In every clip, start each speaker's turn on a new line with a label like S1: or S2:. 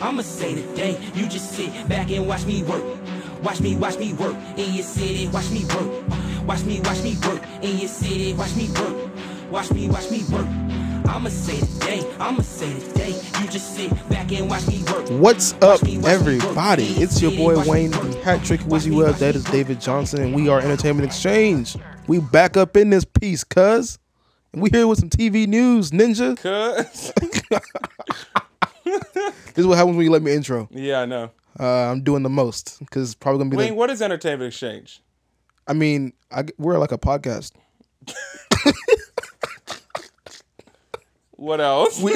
S1: I'ma say today, you just sit back and watch me work. Watch me, watch me work in your city, watch me work. Watch me, watch me work in your city, watch me work. Watch me, watch me work. I'ma say today, I'ma say today, you just sit back and watch me work.
S2: What's up, everybody? It's your boy Wayne the Hat Trick Wizzy Web. That is David Johnson, and we are Entertainment Exchange. We back up in this piece, cuz. And we here with some TV news, Ninja.
S3: Cuz.
S2: This is what happens when you let me intro.
S3: yeah, I know.
S2: Uh, I'm doing the most because probably gonna be.
S3: Wayne,
S2: The,
S3: what is Entertainment Exchange?
S2: I mean, I, we're like a podcast.
S3: What else? We,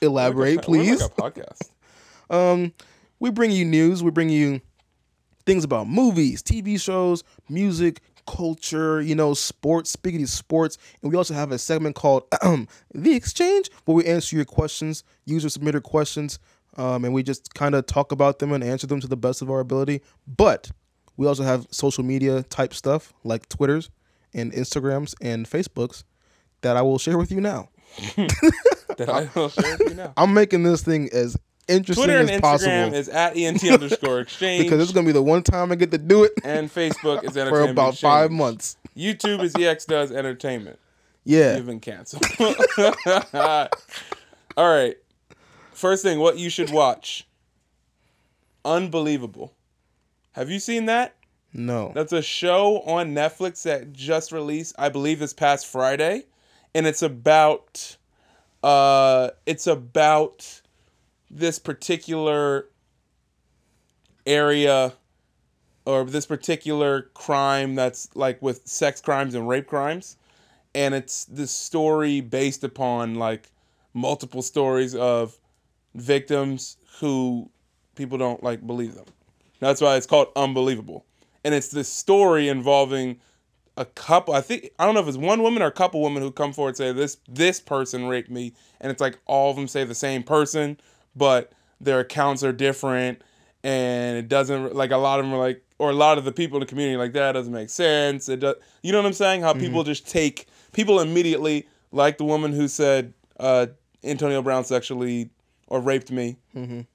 S2: Elaborate, please.
S3: Like a podcast.
S2: we bring you news. We bring you things about movies, TV shows, music, culture, you know, sports, speaking of sports. And we also have a segment called The Exchange where we answer your questions, user submitted questions, um, and we just kind of talk about them and answer them to the best of our ability. But we also have social media type stuff like Twitters and Instagrams and Facebooks that I will share with you now.
S3: That I will share with you now.
S2: I'm making this thing as interesting
S3: Twitter and
S2: as
S3: Instagram
S2: possible
S3: is at ENT underscore exchange.
S2: because it's going to be the one time I get to do it.
S3: and Facebook is Entertainment
S2: for about
S3: Exchange.
S2: five months.
S3: YouTube is EX Does Entertainment.
S2: Yeah.
S3: You've been canceled. All right. First thing, what you should watch. Unbelievable. Have you seen that?
S2: No.
S3: That's a show on Netflix that just released, I believe, this past Friday, and it's about, uh, it's about this particular area or this particular crime that's like with sex crimes and rape crimes, and it's this story based upon like multiple stories of victims who people don't like believe them. That's why it's called Unbelievable. And it's this story involving a couple I think I don't know if it's one woman or a couple women who come forward and say this this person raped me and it's like all of them say the same person, but their accounts are different and it doesn't like a lot of them are like or a lot of the people in the community are like that doesn't make sense. It does you know what I'm saying? How people just take people immediately like the woman who said uh Antonio Brown sexually or raped me.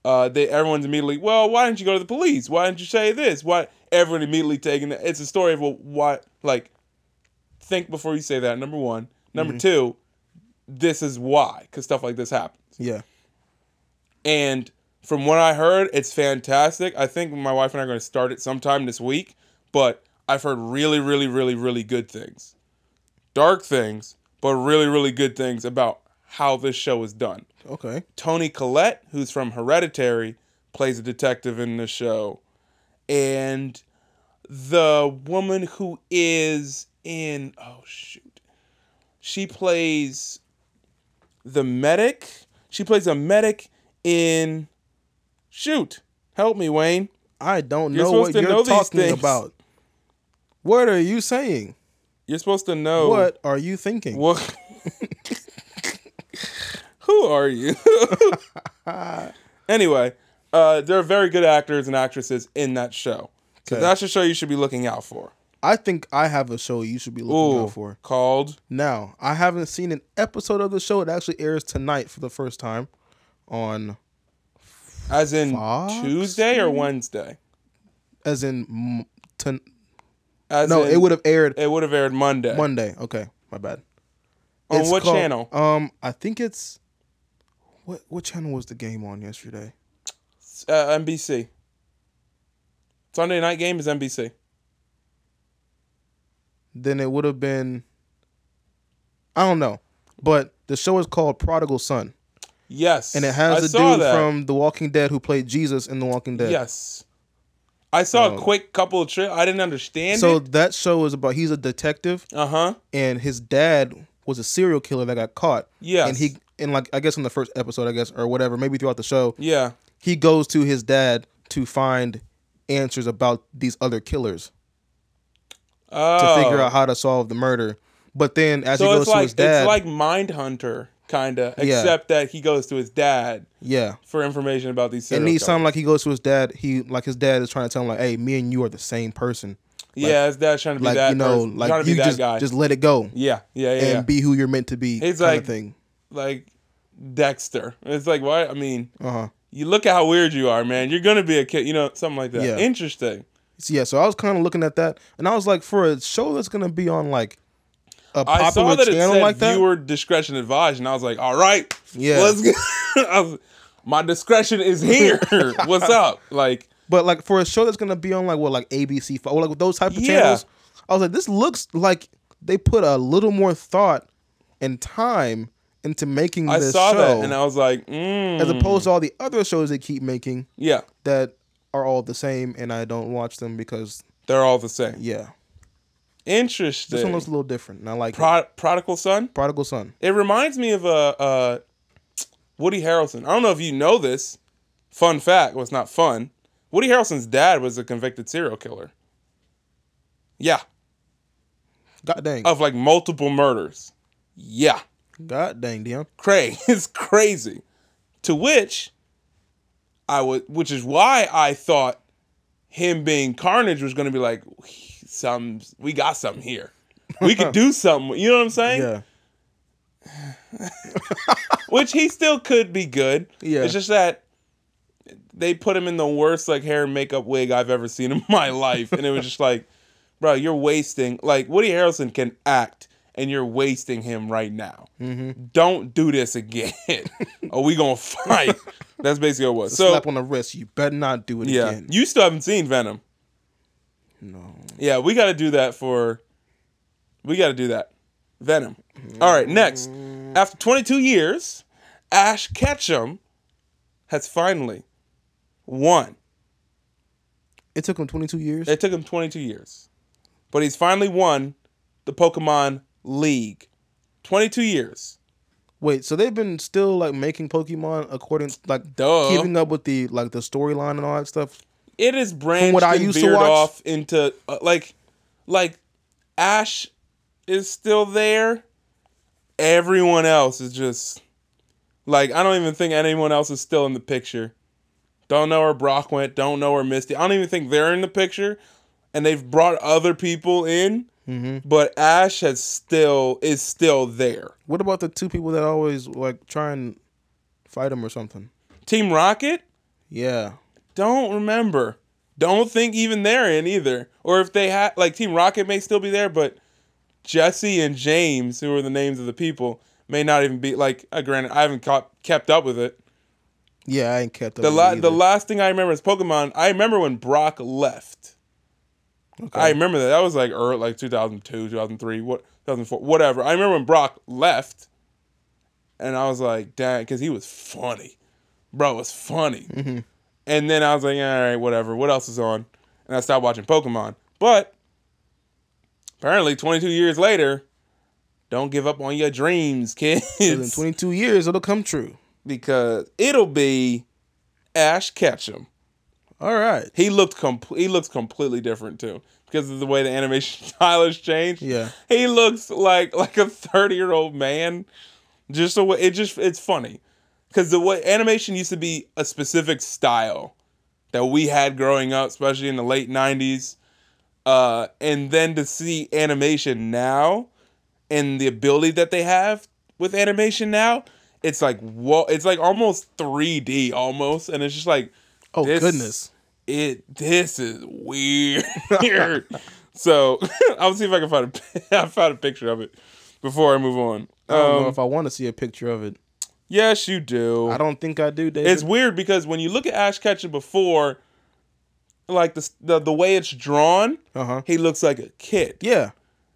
S3: Uh, they everyone's immediately, well, why didn't you go to the police? Why didn't you say this? Why everyone immediately taking that? It's a story of well, why like think before you say that. Number one, number two, this is why because stuff like this happens.
S2: Yeah.
S3: And from what I heard, it's fantastic. I think my wife and I are going to start it sometime this week, but I've heard really, really, really, really good things. Dark things, but really, really good things about how this show is done.
S2: Okay.
S3: Tony Collette, who's from Hereditary, plays a detective in the show. And the woman who is in oh shoot. She plays the medic. She plays a medic in shoot. Help me, Wayne.
S2: I don't
S3: You're
S2: know
S3: supposed
S2: what
S3: to
S2: you're
S3: know these
S2: talking
S3: things.
S2: about. What are you saying?
S3: You're supposed to know
S2: What are you thinking?
S3: Oh. What? Who are you? anyway, uh, there are very good actors and actresses in that show. So
S2: Okay.
S3: that's a show you should be looking out for.
S2: I think I have a show you should be looking
S3: Ooh,
S2: out for.
S3: called
S2: Now, I haven't seen an episode of the show. It actually airs tonight for the first time on,
S3: as in
S2: Fox? Mm-hmm.
S3: Tuesday or Wednesday.
S2: as in, m- ton-
S3: As
S2: no,
S3: in-
S2: it would have aired
S3: it would have aired Monday.
S2: Monday. Okay, my bad.
S3: On
S2: It's
S3: what
S2: called-
S3: channel?
S2: Um, I think it's what what channel was the game on yesterday?
S3: uh, NBC. Sunday night game is NBC.
S2: then it would have been I don't know. But the show is called Prodigal Son.
S3: Yes,
S2: And it has
S3: I
S2: the
S3: saw
S2: dude
S3: that.
S2: from The Walking Dead who played Jesus in The Walking Dead.
S3: Yes, I saw
S2: Um,
S3: a quick couple of trips. I didn't understand
S2: So
S3: it.
S2: that show is about he's a detective
S3: Uh huh.
S2: and his dad was a serial killer that got caught.
S3: Yes.
S2: And he and like I guess in the first episode, I guess, or whatever, maybe throughout the show,
S3: Yeah.
S2: he goes to his dad to find answers about these other killers to
S3: Oh.
S2: figure out how to solve the murder. But then as he
S3: So
S2: goes
S3: it's
S2: to
S3: like
S2: his dad,
S3: it's like Mindhunter kind of,
S2: Yeah.
S3: except that he goes to his dad
S2: yeah.
S3: for information about these.
S2: And
S3: serial
S2: he sound
S3: killers.
S2: like he goes to his dad. He like his dad is trying to tell him like, "Hey, me and you are the same person.
S3: yeah, his dad's trying to be
S2: Like
S3: that.
S2: you know,
S3: person, trying
S2: like
S3: to be
S2: you
S3: that
S2: just
S3: guy.
S2: just let it go
S3: yeah, yeah, yeah,
S2: and
S3: yeah.
S2: be who you're meant to be."
S3: He's
S2: kind
S3: like-
S2: of thing.
S3: like Dexter. It's like why? I mean,
S2: Uh huh.
S3: you look at how weird you are, man. You're gonna be a kid, you know, something like that.
S2: Yeah.
S3: Interesting.
S2: So, yeah, so I was kind of looking at that, and I was like, for a show that's gonna be on like a
S3: I
S2: popular
S3: saw that it
S2: channel
S3: said
S2: like that,
S3: viewer discretion advised, and I was like, all right,
S2: Yeah.
S3: let's go. I was- My discretion is here. What's up? Like,
S2: but like for a show that's gonna be on like what like ABC fi- or like those type of
S3: Yeah.
S2: channels, I was like, this looks like they put a little more thought and time into making
S3: I
S2: this
S3: saw
S2: show
S3: that, and I was like, mm.
S2: as opposed to all the other shows they keep making
S3: yeah,
S2: that are all the same, and I don't watch them because
S3: they're all the same.
S2: yeah,
S3: Interesting.
S2: this one looks a little different, and I like it.
S3: Pro- Prodigal Son.
S2: Prodigal Son.
S3: It reminds me of a uh, uh, Woody Harrelson. I don't know if you know this. Fun fact was it's not fun. Woody Harrelson's dad was a convicted serial killer. Yeah,
S2: God dang,
S3: of like multiple murders. Yeah,
S2: God dang, Dion.
S3: crazy. It's crazy. To which I would, which is why I thought him being Carnage was going to be like, some we got something here. We could do something. You know what I'm saying?
S2: Yeah,
S3: which he still could be good.
S2: Yeah.
S3: It's just that they put him in the worst like hair and makeup wig I've ever seen in my life, and it was just like, bro, you're wasting. Like Woody Harrelson can act, and you're wasting him right now.
S2: Mm-hmm.
S3: Don't do this again, or we gonna fight. That's basically what it was. So
S2: slap on the wrist. You better not do it
S3: yeah,
S2: again.
S3: you still haven't seen Venom.
S2: No.
S3: Yeah, we got to do that for. We got to do that. Venom. All right, next. After 22 years, Ash Ketchum has finally won.
S2: It took him 22 years.
S3: It took him 22 years, but he's finally won the Pokemon League. 22 years.
S2: Wait, so they've been still like making Pokemon according like
S3: Duh.
S2: keeping up with the like the storyline and all that stuff.
S3: It is branched
S2: what I
S3: and
S2: used to
S3: veered
S2: watch-
S3: off into uh, like, like Ash is still there. Everyone else is just like I don't even think anyone else is still in the picture. Don't know where Brock went. Don't know where Misty. I don't even think they're in the picture, and they've brought other people in.
S2: Mm-hmm.
S3: But Ash has still is still there.
S2: What about the two people that always like try and fight him or something?
S3: Team Rocket.
S2: Yeah.
S3: Don't remember. Don't think even they're in either. Or if they had, like, Team Rocket may still be there, but Jesse and James, who are the names of the people, may not even be, like, uh, granted, I haven't caught, kept up with it.
S2: Yeah, I ain't kept up.
S3: The,
S2: with
S3: la-
S2: it
S3: the
S2: either.
S3: last thing I remember is Pokemon. I remember when Brock left. I remember that. That was like early, like 2002, 2003, what, 2004, whatever. I remember when Brock left, and I was like, dang, because he was funny. Bro, it was funny. And then I was like, all right, whatever. What else is on? And I stopped watching Pokemon. But apparently, 22 years later, don't give up on your dreams,
S2: in
S3: kids
S2: 22 years it'll come true.
S3: because it'll be Ash Ketchum.
S2: All right.
S3: He looked com- he looks completely different too because of the way the animation style has changed.
S2: Yeah.
S3: he looks like like a thirty year old man. Just the way it just it's funny because the way animation used to be a specific style that we had growing up, especially in the late nineties. Uh, and then to see animation now and the ability that they have with animation now, it's like whoa, it's like almost 3D almost, and it's just like
S2: Oh
S3: this-
S2: goodness.
S3: it this is weird. so I'll see if I can find a I found a picture of it before I move on.
S2: I don't know
S3: Um,
S2: if I want to see a picture of it.
S3: yes, you do.
S2: I don't think I do, David.
S3: It's weird because when you look at Ash Ketchum before, like the the, the way it's drawn,
S2: Uh-huh.
S3: he looks like a kid.
S2: yeah.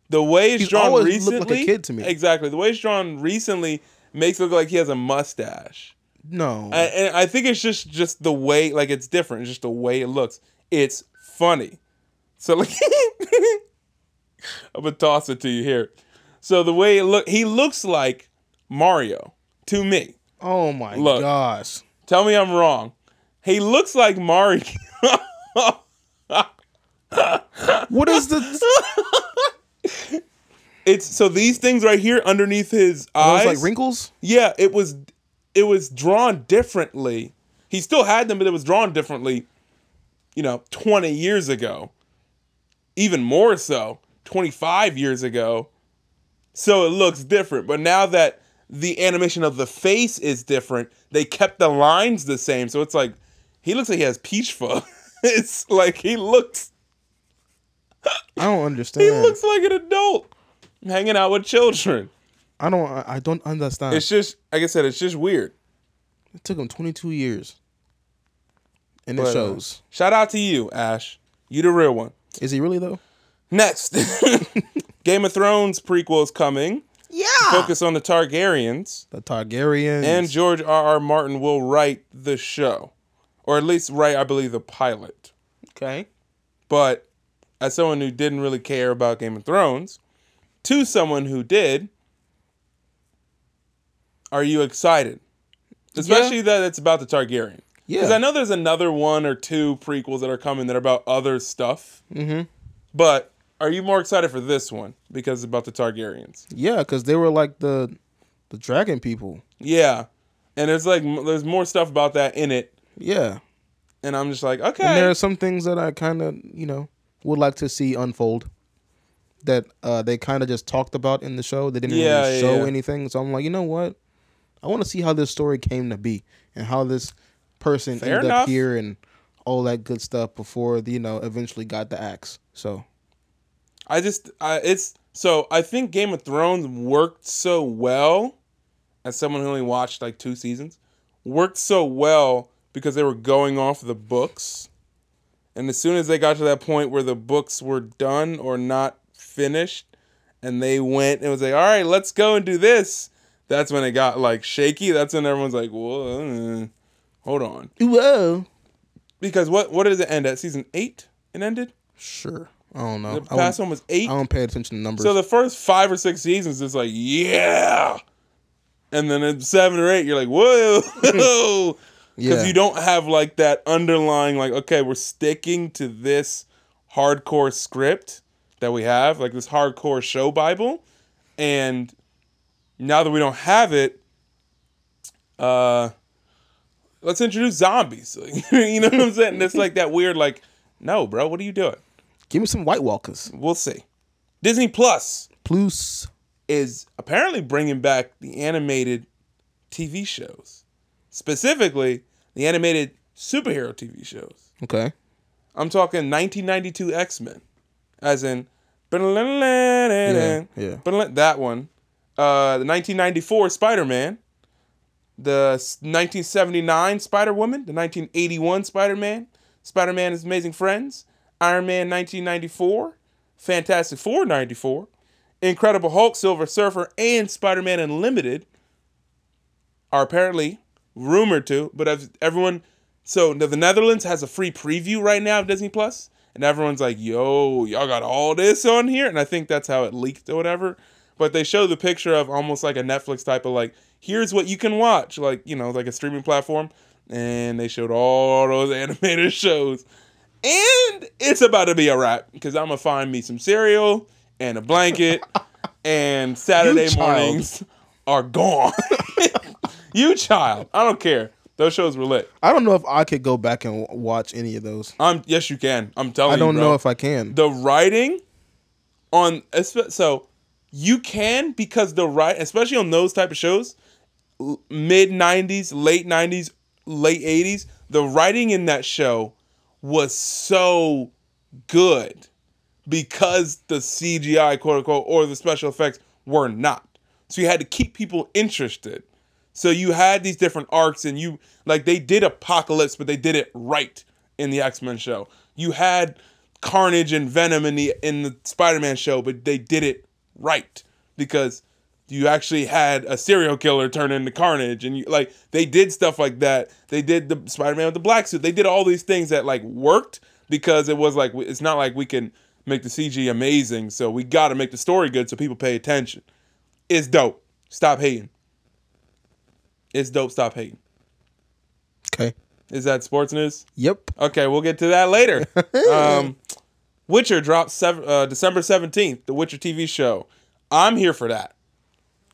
S3: The way it's
S2: He's
S3: drawn
S2: always
S3: recently,
S2: looked like a kid to me.
S3: Exactly. The way it's drawn recently makes it look like he has a mustache.
S2: No.
S3: I, and I think it's just just the way like it's different. It's just the way it looks. It's funny. So like I'm gonna toss it to you here. So the way it look, he looks like Mario to me.
S2: oh my
S3: Look.
S2: gosh.
S3: Tell me I'm wrong. He looks like Mario.
S2: What is the
S3: it's so these things right here underneath his
S2: Those
S3: eyes.
S2: like wrinkles?
S3: Yeah, it was it was drawn differently. He still had them, but it was drawn differently, you know, 20 years ago. Even more so, 25 years ago. So it looks different. But now that the animation of the face is different. They kept the lines the same, so it's like he looks like he has peach fuzz. it's like he looks
S2: I don't
S3: he
S2: understand.
S3: looks like an adult hanging out with children.
S2: I don't. I I don't understand.
S3: It's just like I said, it's just weird.
S2: it took him 22 years, and
S3: But,
S2: it
S3: uh,
S2: shows.
S3: shout out to you, Ash. You the real one.
S2: Is he really though?
S3: Next, Game of Thrones prequel is coming.
S2: Yeah.
S3: Focus on the Targaryens,
S2: The Targaryens.
S3: and George R. R. Martin will write the show, or at least write, I believe, the pilot.
S2: okay.
S3: But as someone who didn't really care about Game of Thrones, to someone who did, are you excited? Especially that it's about the Targaryen. Because
S2: Yeah.
S3: I know there's another one or two prequels that are coming that are about other stuff. Mm-hmm. But are you more excited for this one because it's about the Targaryens?
S2: Yeah, because they were like the the dragon people.
S3: Yeah. And there's like m- there's more stuff about that in it,
S2: Yeah.
S3: and I'm just like, okay.
S2: And there are some things that I kind of, you know, would like to see unfold that uh, they kind of just talked about in the show. They didn't
S3: Yeah,
S2: really
S3: yeah,
S2: show
S3: yeah.
S2: anything. So I'm like, you know what? I want to see how this story came to be and how this person
S3: Fair
S2: ended
S3: enough.
S2: up here and all that good stuff before, you know, eventually got the axe. So,
S3: I just I, it's so I think Game of Thrones worked so well as someone who only watched like two seasons worked so well because they were going off the books and as soon as they got to that point where the books were done or not finished and they went and was like all right let's go and do this that's when it got like shaky that's when everyone's like whoa uh, hold on
S2: whoa.
S3: because what what does it end at season eight it ended
S2: Sure. I don't know.
S3: the
S2: I, don't,
S3: past one was eight
S2: I don't pay attention to numbers.
S3: so the first five or six seasons, it's like, yeah. And then at seven or eight, you're like, whoa. Because
S2: Yeah.
S3: you don't have like that underlying, like, okay, we're sticking to this hardcore script that we have, like this hardcore show Bible. And now that we don't have it, uh, let's introduce zombies. you know what I'm saying? It's like that weird, like, no, bro, what are you doing?
S2: Give me some White Walkers.
S3: We'll see. Disney Plus
S2: Plus.
S3: is apparently bringing back the animated TV shows, specifically the animated superhero TV shows.
S2: Okay.
S3: I'm talking 1992 X Men, as in
S2: yeah.
S3: that one, uh, the 1994 Spider Man, the s- 1979 Spider Woman, the 1981 Spider Man, Spider Man is Amazing Friends, Iron Man 1994, Fantastic Four 94, Incredible Hulk, Silver Surfer, and Spider Man Unlimited are apparently rumored to, but if everyone. So the the Netherlands has a free preview right now of Disney Plus, and everyone's like, "Yo, y'all got all this on here," and I think that's how it leaked or whatever. But they show the picture of almost like a Netflix type of like, "Here's what you can watch," like you know, like a streaming platform, and they showed all those animated shows, and it's about to be a wrap because I'm gonna find me some cereal and a blanket, and Saturday
S2: child.
S3: mornings are gone. you child, I don't care. Those shows were lit.
S2: I don't know if I could go back and w- watch any of those.
S3: I'm yes, you can. I'm telling
S2: I
S3: you.
S2: don't
S3: bro.
S2: know if I can.
S3: the writing on espe- so you can because the right, especially on those type of shows, mid '90s, late '90s, late '80s, the writing in that show was so good because the CGI, quote unquote, or the special effects were not. So you had to keep people interested. So you had these different arcs, and you like they did Apocalypse, but they did it right in the X Men show. You had Carnage and Venom in the in the Spider Man show, but they did it right because you actually had a serial killer turn into Carnage, and you like they did stuff like that. They did the Spider Man with the black suit. They did all these things that like worked because it was like it's not like we can make the CG amazing, so we got to make the story good so people pay attention. It's dope. Stop hating. It's dope. Stop hating.
S2: Okay.
S3: Is that sports news?
S2: Yep.
S3: Okay, we'll get to that later. um, Witcher drops sev- uh, December seventeenth. The Witcher TV show. I'm here for that.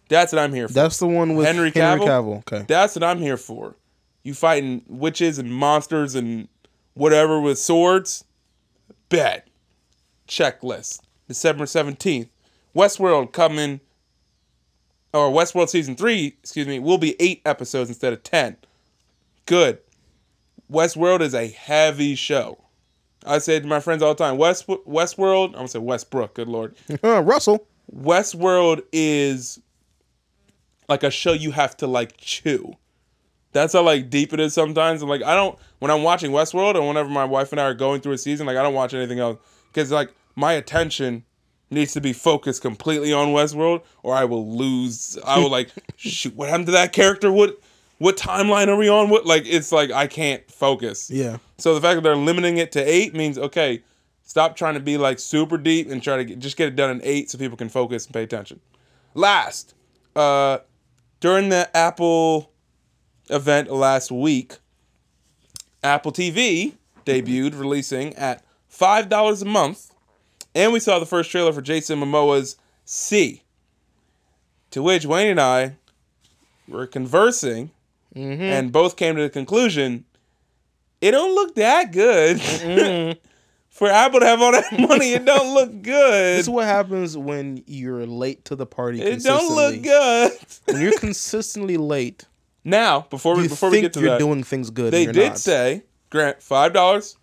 S3: That's what I'm here for.
S2: That's the one with
S3: Henry
S2: Henry
S3: Cavill?
S2: Cavill. Okay.
S3: That's what I'm here for. You fighting witches and monsters and whatever with swords. Bet. Checklist. December 17th. Westworld coming or Westworld season three, excuse me, will be eight episodes instead of ten. Good. Westworld is a heavy show. I say to my friends all the time, West Westworld. I'm gonna say Westbrook. Good lord,
S2: Uh, Russell.
S3: Westworld is like a show you have to like chew. That's how like deep it is sometimes. I'm like I don't when I'm watching Westworld or whenever my wife and I are going through a season, like I don't watch anything else because like my attention needs to be focused completely on Westworld or I will lose. I will like shoot. What happened to that character? What what timeline are we on? What like it's like I can't focus.
S2: Yeah.
S3: So the fact that they're limiting it to eight means okay, stop trying to be like super deep and try to get, just get it done in eight so people can focus and pay attention. Last, uh, during the Apple event last week, Apple TV debuted, releasing at five dollars a month, and we saw the first trailer for Jason Momoa's C. To which Wayne and I were conversing,
S2: Mm-hmm.
S3: and both came to the conclusion it don't look that good.
S2: Mm-hmm.
S3: For Apple to have all that money, it don't look good.
S2: This is what happens when you're late to the party.
S3: It don't look
S2: consistently.
S3: good.
S2: When you're consistently late,
S3: Now, before we
S2: you
S3: before we
S2: think
S3: get to
S2: you're
S3: that,
S2: doing things good.
S3: they
S2: and you're
S3: did
S2: not.
S3: say grant five dollars.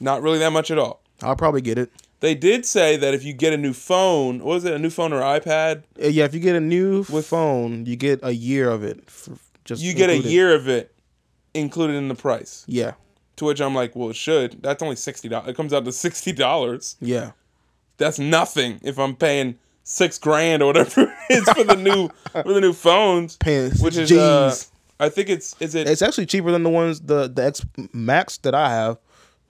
S3: Not really that much at all.
S2: I'll probably get it.
S3: They did say that if you get a new phone, what was it, a new phone or iPad,
S2: Uh, Yeah, if you get a new phone, you get a year of it. For just
S3: you get a
S2: included.
S3: year of it included in the price.
S2: Yeah,
S3: To which I'm like, well, it should. That's only sixty dollars. It comes out to sixty dollars.
S2: yeah.
S3: That's nothing if I'm paying six grand or whatever it's for the new for the new phones,
S2: Paying six
S3: which is uh,
S2: Gs.
S3: I think it's is it
S2: It's actually cheaper than the ones the the X Max that I have.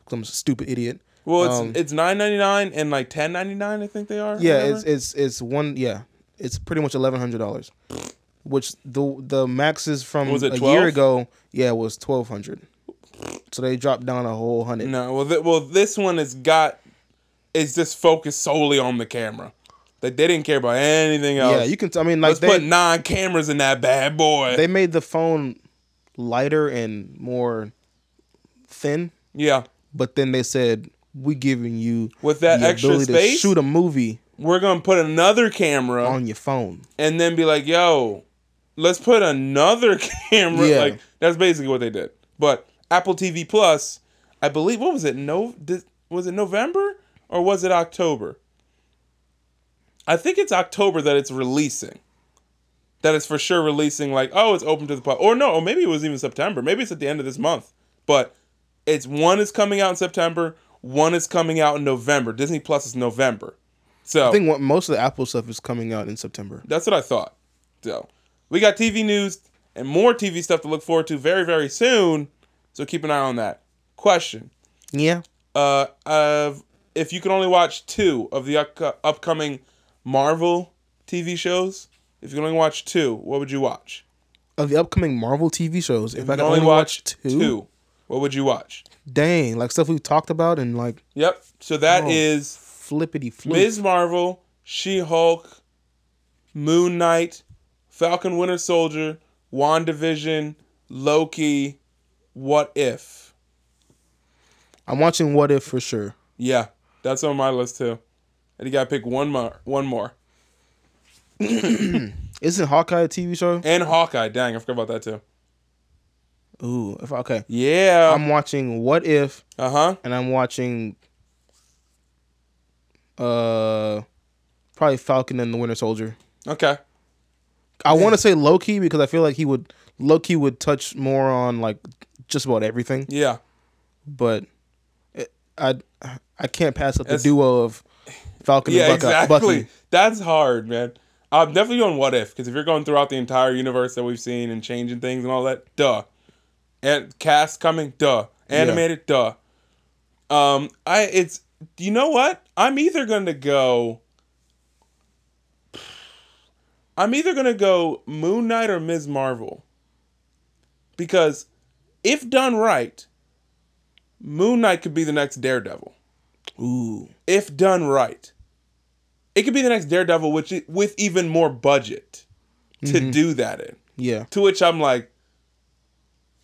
S2: 'cause I'm a stupid idiot.
S3: Well, it's
S2: Um,
S3: it's nine ninety nine and like ten ninety nine. I think they are.
S2: yeah,
S3: whatever.
S2: it's it's it's one. Yeah, it's pretty much eleven hundred dollars. Which the the maxes from
S3: Was it
S2: a year
S3: 12?
S2: ago, yeah, was twelve hundred. So they dropped down a whole hundred.
S3: no. Well, th- well, this one has got is just focused solely on the camera. Like they didn't care about anything else.
S2: Yeah, you can. T- I mean, like
S3: Let's put
S2: they
S3: nine cameras in that bad boy.
S2: they made the phone lighter and more thin,
S3: yeah,
S2: but then they said we giving you
S3: With that
S2: the
S3: extra
S2: ability
S3: space?
S2: to shoot a movie
S3: we're gonna put another camera
S2: on your phone.
S3: and then be like, yo, let's put another camera.
S2: Yeah.
S3: Like that's basically what they did. But Apple TV Plus, I believe, what was it? No, did, was it November or was it October? I think it's October that it's releasing. That it's for sure releasing. Like, oh, it's open to the public. Or no, or maybe it was even September. Maybe it's at the end of this month. But it's one is coming out in September. One is coming out in November. Disney Plus is November. So
S2: I think what, most of the Apple stuff is coming out in September.
S3: that's what I thought. So we got TV news and more TV stuff to look forward to very, very soon. So keep an eye on that. Question:
S2: Yeah,
S3: uh, of if you could only watch two of the upco- upcoming Marvel TV shows, if you could only watch two, what would you watch?
S2: of the upcoming Marvel TV shows, if I
S3: You
S2: can only, watch, two,
S3: What would you watch?
S2: dang, like stuff we've talked about and like
S3: Yep. So that
S2: Oh.
S3: is
S2: flippity flip.
S3: Ms. Marvel, She Hulk, Moon Knight, Falcon Winter Soldier, WandaVision, Loki, What If?
S2: I'm watching What If for sure.
S3: Yeah, that's on my list too. And you gotta pick one more one more.
S2: Isn't Hawkeye a TV show?
S3: And Hawkeye, dang, I forgot about that too.
S2: Ooh, if okay,
S3: Yeah.
S2: I'm watching What If
S3: Uh huh.
S2: and I'm watching uh probably Falcon and the Winter Soldier.
S3: Okay.
S2: I want to say Loki because I feel like he would Loki would touch more on like just about everything,
S3: Yeah.
S2: but it, I I can't pass up the
S3: It's-
S2: duo of Falcon
S3: Yeah,
S2: and Buckeye,
S3: exactly.
S2: Bucky.
S3: That's hard, man. I'm definitely going what if because if you're going throughout the entire universe that we've seen and changing things and all that, duh. And cast coming, duh. Animated, duh. Um, I it's you know what? I'm either gonna go. I'm either gonna go Moon Knight or Ms. Marvel. Because, if done right, Moon Knight could be the next Daredevil
S2: Ooh,
S3: if done right, it could be the next Daredevil, which with even more budget to do that in.
S2: yeah.
S3: To which I'm like,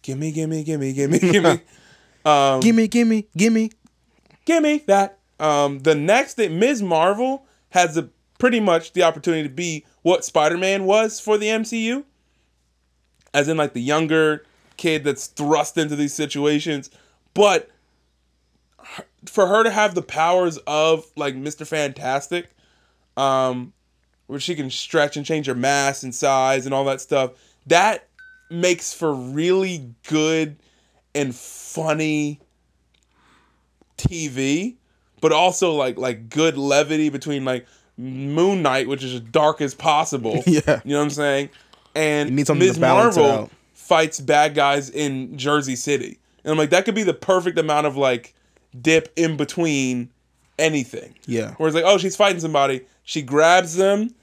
S3: gimme, gimme, gimme, gimme, gimme, um,
S2: Gimme, gimme, gimme.
S3: gimme that. Um, the next thing, Ms. Marvel has the pretty much the opportunity to be what Spider-Man was for the MCU. As in like the younger kid that's thrust into these situations, but her- for her to have the powers of like Mr. Fantastic um where she can stretch and change her mass and size and all that stuff, that makes for really good and funny TV, but also like like good levity between like Moon Knight, which is as dark as possible.
S2: Yeah.
S3: you know what I'm saying. And
S2: You need something to
S3: Ms.
S2: balance it
S3: Marvel
S2: out.
S3: fights bad guys in Jersey City, and I'm like that could be the perfect amount of like dip in between anything.
S2: Yeah.
S3: where it's like oh she's fighting somebody, she grabs them,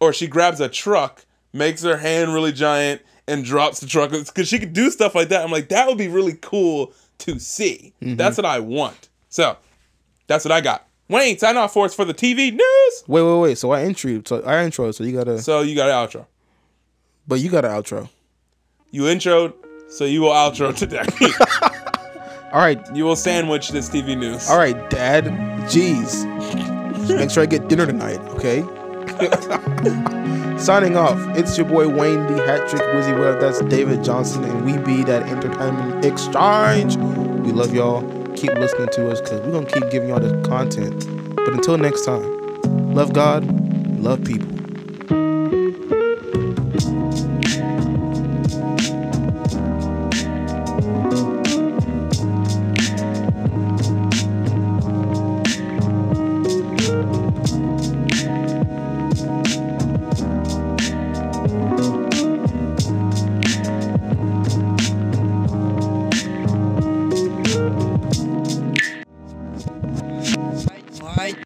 S3: or she grabs a truck, makes her hand really giant, and drops the truck because she could do stuff like that. I'm like, that would be really cool to see.
S2: Mm-hmm.
S3: That's what I want. So that's what I got. Wayne, sign off for us for the TV news.
S2: Wait, wait, wait. So I intro, so I intro, so you gotta,
S3: So you got an outro.
S2: but you gotta outro.
S3: You introed, so you will outro today.
S2: All right,
S3: you will sandwich this TV news.
S2: all right, Dad. Jeez, make sure I get dinner tonight, okay? Signing off. It's your boy Wayne the Hat Trick Wizzy Web. That's David Johnson, and we be that Entertainment Exchange. We love y'all. Keep listening to us because we're gonna keep giving y'all the content. But until next time, love God, love people.
S4: Mike.